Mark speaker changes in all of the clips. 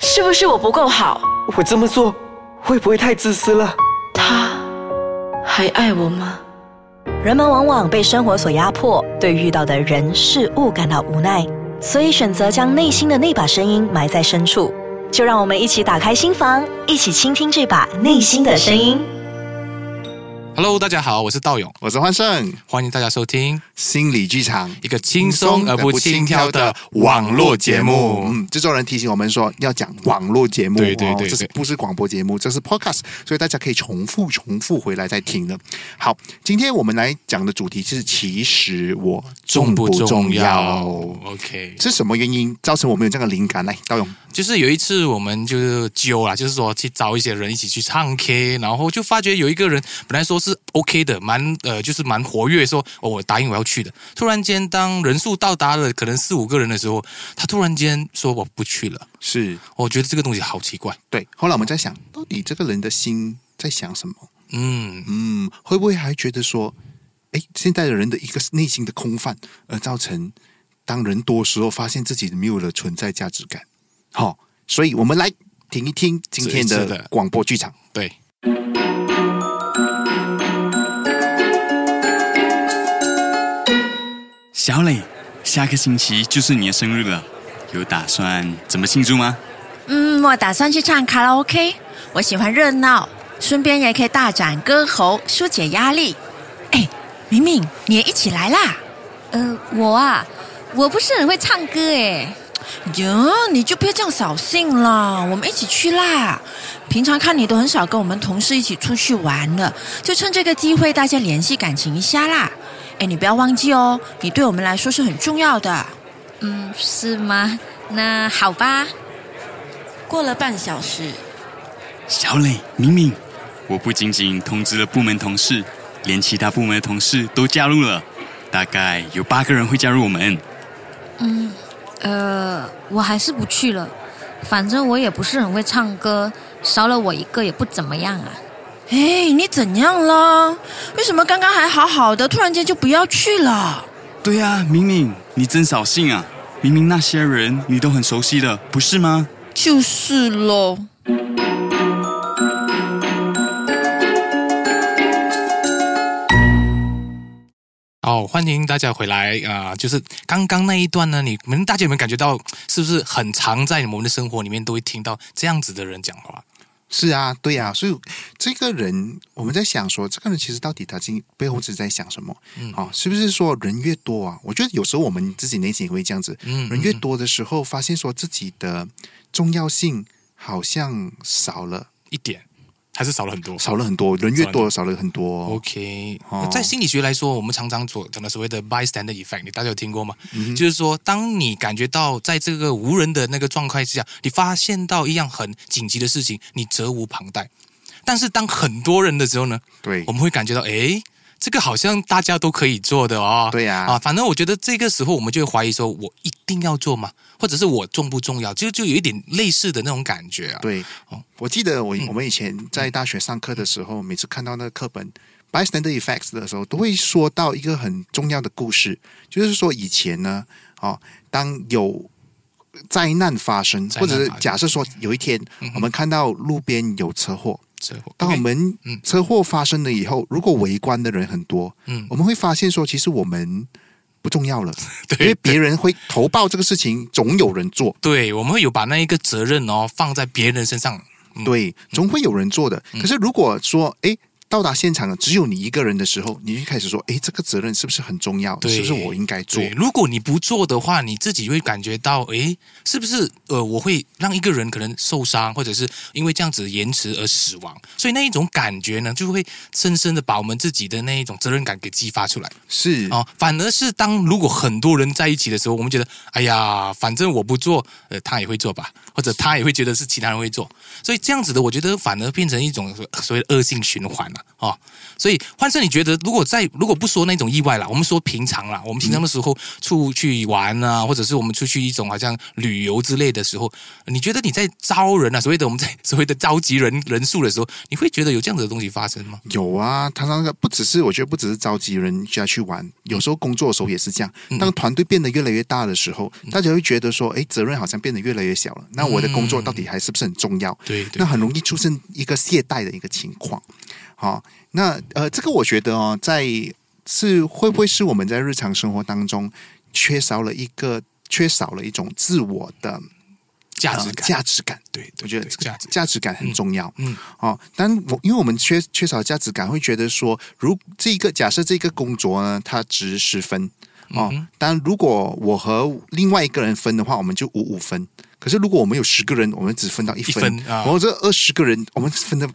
Speaker 1: 是不是我不够好？
Speaker 2: 我这么做会不会太自私了？
Speaker 1: 他还爱我吗？
Speaker 3: 人们往往被生活所压迫，对遇到的人事物感到无奈，所以选择将内心的那把声音埋在深处。就让我们一起打开心房，一起倾听这把内心的声音。
Speaker 4: Hello，大家好，我是道勇，
Speaker 5: 我是欢胜，
Speaker 4: 欢迎大家收听
Speaker 5: 心理剧场
Speaker 4: 一个轻松而不轻佻的网络节目。
Speaker 5: 嗯，制作人提醒我们说要讲网络节目，
Speaker 4: 对对对
Speaker 5: 哦
Speaker 4: 对
Speaker 5: 这是不是广播节目？这是 podcast，所以大家可以重复重复回来再听的。好，今天我们来讲的主题是其实我重不重要？
Speaker 4: ？OK，
Speaker 5: 是什么原因造成我们有这样的灵感？来，道勇，
Speaker 4: 就是有一次我们就是揪啦，就是说去找一些人一起去唱 K，然后就发觉有一个人本来说是 OK 的，蛮呃就是蛮活跃，说哦我答应我要去的。突然间当人数到达了可能四五个人的时候，他突然间说我不去了。
Speaker 5: 是
Speaker 4: 我觉得这个东西好奇怪。
Speaker 5: 对。后来我们在想，到底这个人的心在想什么？
Speaker 4: 嗯，
Speaker 5: 嗯，会不会还觉得说，哎，现在的人的一个内心的空泛，而造成当人多时候，发现自己没有了存在价值感？好、所以我们来听一听今天
Speaker 4: 是
Speaker 5: 的
Speaker 4: 的
Speaker 5: 广播剧场。
Speaker 4: 对，
Speaker 6: 小磊，下个星期就是你的生日了，有打算怎么庆祝吗？
Speaker 7: 嗯，我打算去唱卡拉 OK，我喜欢热闹，顺便也可以大展歌喉，疏解压力。哎，明明你也一起来啦！
Speaker 8: 呃，我啊，我不是很会唱歌诶。
Speaker 7: 哟，你就别这样扫兴了，我们一起去啦。平常看你都很少跟我们同事一起出去玩了，就趁这个机会大家联系感情一下啦。哎，你不要忘记哦，你对我们来说是很重要的。
Speaker 8: 嗯，是吗？那好吧，
Speaker 7: 过了半小时，
Speaker 6: 小磊，明明，我不仅仅通知了部门同事，连其他部门的同事都加入了，大概有八个人会加入我们。
Speaker 8: 呃，我还是不去了。反正我也不是很会唱歌，少了我一个也不怎么样啊。
Speaker 7: 哎，你怎样了？为什么刚刚还好好的，突然间就不要去了？
Speaker 6: 对啊，明明，你真扫兴啊！明明那些人你都很熟悉的，不是吗？
Speaker 7: 就是喽。
Speaker 4: 好，欢迎大家回来啊、就是刚刚那一段呢，你们大家有没有感觉到，是不是很常在我们的生活里面都会听到这样子的人讲话？
Speaker 5: 是啊，对啊，所以这个人，我们在想说，这个人其实到底他今背后是在想什么？嗯，哦，是不是说人越多啊？我觉得有时候我们自己内心也会这样子，
Speaker 4: 嗯
Speaker 5: 人越多的时候，发现说自己的重要性好像少了，
Speaker 4: 一点，还是少了很多。
Speaker 5: 少了很多，人越多少了很多。
Speaker 4: OK，、
Speaker 5: 哦
Speaker 4: 在心理学来说，我们常常所讲的所谓的 bystander effect，你大家有听过吗？
Speaker 5: 嗯
Speaker 4: 就是说，当你感觉到在这个无人的那个状态之下，你发现到一样很紧急的事情，你责无旁贷。但是当很多人的时候呢，
Speaker 5: 对
Speaker 4: 我，们会感觉到，诶，这个好像大家都可以做的哦。
Speaker 5: 对呀
Speaker 4: 啊，反正我觉得这个时候我们就会怀疑说，我一定要做吗？或者是我重不重要？就就有一点类似的那种感觉啊。，
Speaker 5: 对
Speaker 4: 哦，
Speaker 5: 我记得我我们以前在大学上课的时候，每次看到那个课本《bystander effects》的时候，都会说到一个很重要的故事，就是说以前呢，哦，当有灾难发生，
Speaker 4: 灾
Speaker 5: 或
Speaker 4: 难发
Speaker 5: 者
Speaker 4: 生嗯
Speaker 5: 是假设说有一天我们看到路边有车祸，
Speaker 4: 最后，
Speaker 5: 当我们
Speaker 4: 嗯
Speaker 5: 车祸发生了以后，如果围观的人很多，
Speaker 4: 嗯
Speaker 5: 我们会发现说，其实我们不重要了，因
Speaker 4: 对
Speaker 5: 为别人会投报这个事情，总有人做。
Speaker 4: 对，我们会有把那一个责任哦放在别人身上。嗯
Speaker 5: 对，总会有人做的。可是如果说，哎，到达现场了，只有你一个人的时候，你就开始说，哎，这个责任是不是很重要？
Speaker 4: 对
Speaker 5: 是不是我应该做
Speaker 4: 对，？如果你不做的话，你自己会感觉到，诶，是不是呃，我会让一个人可能受伤，或者是因为这样子延迟而死亡，所以那一种感觉呢，就会深深的把我们自己的那一种责任感给激发出来。
Speaker 5: 是，
Speaker 4: 哦，反而是当如果很多人在一起的时候，我们觉得，哎呀，反正我不做，呃，他也会做吧，或呃者他也会觉得是其他人会做，所以这样子的，我觉得反而变成一种所所谓的恶性循环了、了哦。所以换成你觉得，如果在如果不说那种意外啦，我们说平常啦，我们平常的时候出去玩啊，或者是我们出去一种好像旅游之类的时候，你觉得你在招人啊，所谓的我们在 所谓的召集人人数的时候，你会觉得有这样子的东西发生吗？
Speaker 5: 有啊，他那个不只是我觉得不只是召集人家去玩，有时候工作的时候也是这样。
Speaker 4: 嗯
Speaker 5: 当团队变得越来越大的时候，大家会觉得说，哎，责任好像变得越来越小了。那我的工作到底还是不是很重要？
Speaker 4: 对嗯对
Speaker 5: 那很容易出现一个懈怠的一个情况。好、那呃，这个我觉得哦，在是会不会是我们在日常生活当中缺少了一个缺少了一种自我的
Speaker 4: 价值
Speaker 5: 呃
Speaker 4: 感，
Speaker 5: 价值感。
Speaker 4: 对，对
Speaker 5: 我觉得
Speaker 4: 对
Speaker 5: 这个
Speaker 4: 价值
Speaker 5: 价值感很重要。
Speaker 4: 嗯嗯
Speaker 5: 哦，但我因为我们缺缺少价值感，会觉得说，如这一个假设这个工作呢，它值十分
Speaker 4: 嗯
Speaker 5: 哦，但如果我和另外一个人分的话，我们就五五分。可是如果我们有十个人，我们只分到一分，
Speaker 4: 一分啊
Speaker 5: 然后这二十个人，我们分 的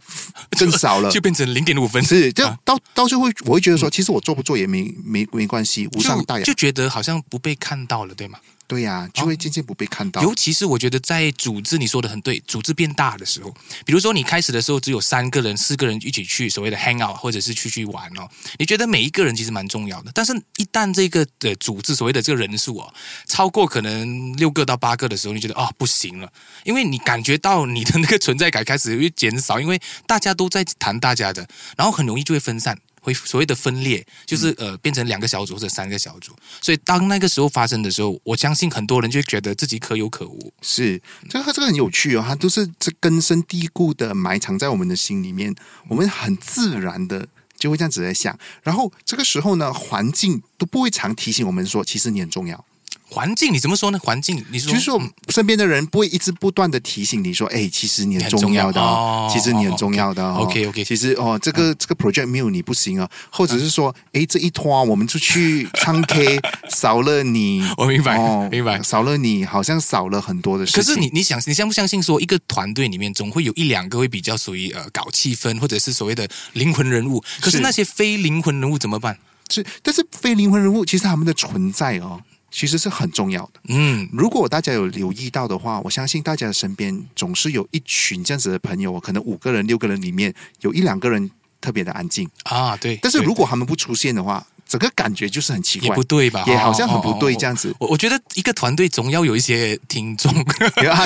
Speaker 5: 更少了。
Speaker 4: 就变成零点五分，
Speaker 5: 嗯是，这
Speaker 4: 啊嗯
Speaker 5: 样到到最后，我会觉得说，其实我做不做也没没没关系，无伤大雅
Speaker 4: 就。就哦觉得好像不被看到了，对吗？
Speaker 5: 对呀、就会渐渐不被看到。
Speaker 4: 尤其是我觉得在组织，你说的很对，组织变大的时候，比如说你开始的时候只有三个人、四个人一起去所谓的 hang out 或者是去去玩哦，你觉得每一个人其实蛮重要的，但是一旦这个的组织所谓的这个人数哦，超过可能六个到八个的时候，你觉得啊、不行了，因为你感觉到你的那个存在感开始会减少，因为大家都在谈大家的，然后很容易就会分散。会所谓的分裂，就是呃变成两个小组或者三个小组，所以当那个时候发生的时候，我相信很多人就会觉得自己可有可无。
Speaker 5: 是，
Speaker 4: 嗯
Speaker 5: 这个这个很有趣哦，它都是这根深蒂固的埋藏在我们的心里面，我们很自然的就会这样子在想，然后这个时候呢，环境都不会常提醒我们说，其实你很重要，
Speaker 4: 环境你怎么说呢？环境你说
Speaker 5: 就是说我们身边的人不会一直不断的提醒你说，哎，其实你很重要的、
Speaker 4: 你很重要哦
Speaker 5: 哦，其实你很重要的、
Speaker 4: 哦
Speaker 5: 哦、
Speaker 4: ，OK，OK
Speaker 5: 其实哦，这
Speaker 4: 嗯
Speaker 5: 个这个 project 没有你不行哦，或者是说，哎，这一拖我们出去唱 K 少了你， 哦
Speaker 4: 我明白明白
Speaker 5: 少了你好像少了很多的事
Speaker 4: 可
Speaker 5: 情，
Speaker 4: 是你你想你相不相信说一个团队里面总会有一两个会比较属于呃搞气氛或者是所谓的灵魂人物，可是
Speaker 5: 是
Speaker 4: 那些非灵魂人物怎么办？
Speaker 5: 是，但是非灵魂人物其实他们的存在哦，其实是很重要的。
Speaker 4: 嗯，
Speaker 5: 如果大家有留意到的话，我相信大家的身边总是有一群这样子的朋友，可能五个人、六个人里面有一两个人特别的安静，
Speaker 4: 啊对，
Speaker 5: 但是
Speaker 4: 对
Speaker 5: 如果他们不出现的话，整个感觉就是很奇
Speaker 4: 也
Speaker 5: 怪
Speaker 4: 不。对吧？
Speaker 5: 也
Speaker 4: 哦
Speaker 5: 好像很不对
Speaker 4: 哦哦
Speaker 5: 这样子
Speaker 4: 我我觉得一个团队总要有一些听众。
Speaker 5: 啊，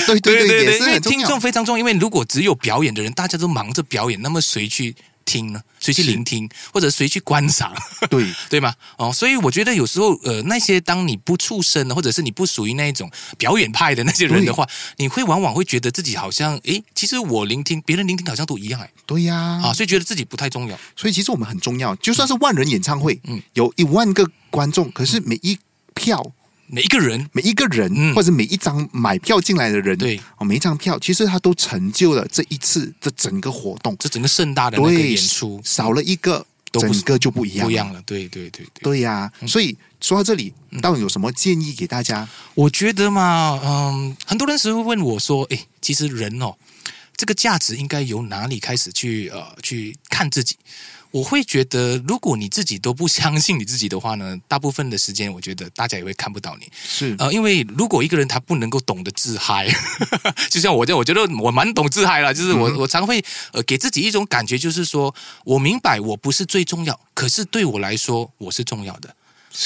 Speaker 5: 对对
Speaker 4: 哦对
Speaker 5: 也
Speaker 4: 对，
Speaker 5: 是
Speaker 4: 因为
Speaker 5: 很重
Speaker 4: 听众
Speaker 5: 要。
Speaker 4: 非常重要，因为如果只有表演的人，大家都忙着表演，那么谁去听呢？谁去
Speaker 5: 是
Speaker 4: 聆听，或者谁去观赏，
Speaker 5: 对，
Speaker 4: 对吗？哦，所以我觉得有时候，呃，那些当你不出声，或者是你不属于那一种表演派的那些人的话，你会往往会觉得自己好像，诶，其实我聆听，别人聆听好像都一样，哎，
Speaker 5: 对呀、
Speaker 4: 啊，所以觉得自己不太重要。
Speaker 5: 所以其实我们很重要，就算是万人演唱会，
Speaker 4: 嗯
Speaker 5: 有一万个观众，可是每一票
Speaker 4: 每一个人
Speaker 5: 每一个人、
Speaker 4: 嗯
Speaker 5: 或者每一张买票进来的人，
Speaker 4: 对
Speaker 5: 哦，每一张票其实他都成就了这一次这整个活动，
Speaker 4: 这整个盛大的那个
Speaker 5: 对，
Speaker 4: 演出
Speaker 5: 少了一个，
Speaker 4: 都不
Speaker 5: 整个就不一样，
Speaker 4: 不一嗯样。了，对对对对。
Speaker 5: 对呀、所以说到这里，
Speaker 4: 嗯
Speaker 5: 到底有什么建议给大家？
Speaker 4: 我觉得嘛，嗯，很多人时会问我说，诶，其实人哦，这个价值应该由哪里开始去呃去看自己？我会觉得，如果你自己都不相信你自己的话呢，大部分的时间，我觉得大家也会看不到你。
Speaker 5: 是
Speaker 4: 呃，因为如果一个人他不能够懂得自嗨， 就像我这样，我觉得我蛮懂自嗨啦，就是我、我常会呃给自己一种感觉，就是说我明白我不是最重要，可是对我来说我是重要的。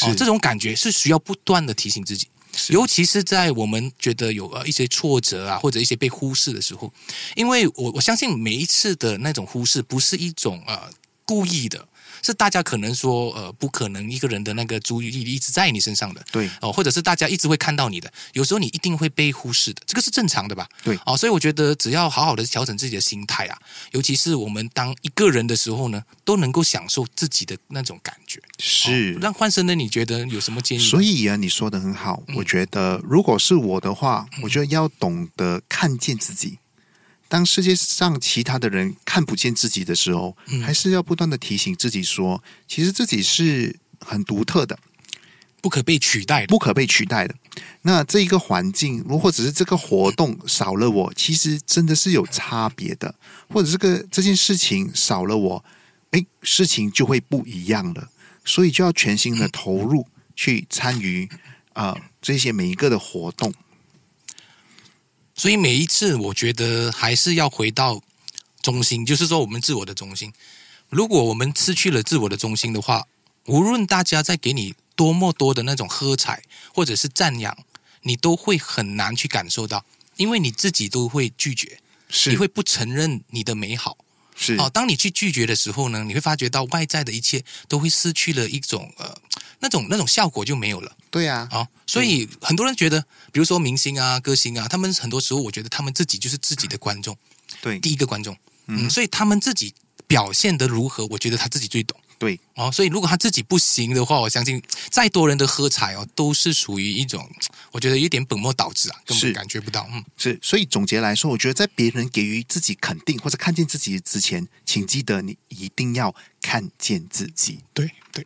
Speaker 4: 哦，这种感觉是需要不断的提醒自己。尤其是在我们觉得有呃一些挫折啊，或者一些被忽视的时候，因为我我相信每一次的那种忽视不是一种呃故意的，是大家可能说呃不可能一个人的那个注意力一直在你身上的，
Speaker 5: 对
Speaker 4: 哦，或者是大家一直会看到你的，有时候你一定会被忽视的，这个是正常的吧？
Speaker 5: 对
Speaker 4: 哦，所以我觉得只要好好的调整自己的心态啊，尤其是我们当一个人的时候呢，都能够享受自己的那种感觉。
Speaker 5: 是
Speaker 4: 哦让换生呢，你觉得有什么建议？嗯
Speaker 5: 所以啊，你说的很好，我觉得如果是我的话，我觉得要懂得看见自己。当世界上其他的人看不见自己的时候，
Speaker 4: 嗯
Speaker 5: 还是要不断的提醒自己说，其实自己是很独特的，
Speaker 4: 不可被取代的。
Speaker 5: 不可被取代的。那这一个环境，如果只是这个活动少了我，其实真的是有差别的，或者这个这件事情少了我，哎，事情就会不一样了。所以就要全心的投入去参与啊、呃这些每一个的活动。
Speaker 4: 所以每一次，我觉得还是要回到中心，就是说我们自我的中心。如果我们失去了自我的中心的话，无论大家在给你多么多的那种喝彩或者是赞扬，你都会很难去感受到，因为你自己都会拒绝，
Speaker 5: 是
Speaker 4: 你会不承认你的美好。
Speaker 5: 是
Speaker 4: 哦，当你去拒绝的时候呢，你会发觉到外在的一切都会失去了一种呃那种那种效果就没有了。
Speaker 5: 对啊，
Speaker 4: 啊、所以很多人觉得，比如说明星啊、歌星啊，他们很多时候我觉得他们自己就是自己的观众，
Speaker 5: 对
Speaker 4: 第一个观众，嗯，所以他们自己表现的如何，我觉得他自己最懂。
Speaker 5: 对，
Speaker 4: 哦，所以如果他自己不行的话，我相信再多人的喝彩哦，都是属于一种，我觉得有点本末倒置啊，根本
Speaker 5: 是
Speaker 4: 感觉不到。嗯，
Speaker 5: 是。所以总结来说，我觉得在别人给予自己肯定或者看见自己之前，请记得你一定要看见自己。
Speaker 4: 对对，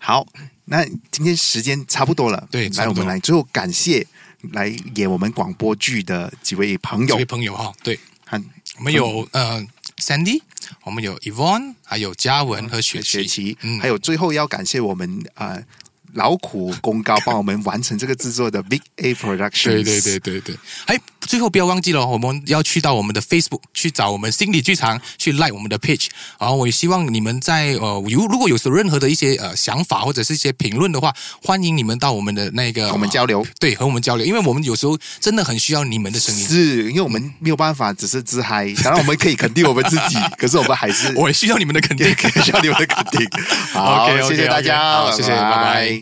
Speaker 5: 好，那今天时间差不多了，
Speaker 4: 对差
Speaker 5: 来
Speaker 4: 不
Speaker 5: 我
Speaker 4: 多
Speaker 5: 们来最后感谢来演我们广播剧的几位朋
Speaker 4: 这
Speaker 5: 友
Speaker 4: 位，朋友哈、对
Speaker 5: 和
Speaker 4: 我们有、呃 Sandy，我们有 Evon，还有嘉文和雪
Speaker 5: 学
Speaker 4: 琪，
Speaker 5: 期，
Speaker 4: 嗯，
Speaker 5: 还有最后要感谢我们呃劳苦功高帮我们完成这个制 作的 Big A Productions，
Speaker 4: 对对对对对，哎，最后不要忘记了，我们要去到我们的 Facebook 去找我们心理剧场，去 like 我们的 page。然后我也希望你们在呃有如果有任何的一些呃想法或者是一些评论的话，欢迎你们到我们的那个
Speaker 5: 我们交流。
Speaker 4: 对和我们交流，因为我们有时候真的很需要你们的声音。
Speaker 5: 是因为我们没有办法，只是自嗨。当然，我们可以肯定我们自 己，可是我们还是
Speaker 4: 我也需要你们的肯定
Speaker 5: 也。需要你们的肯定。好
Speaker 4: OK，OK，OK，
Speaker 5: 谢谢大家，
Speaker 4: 好谢谢拜拜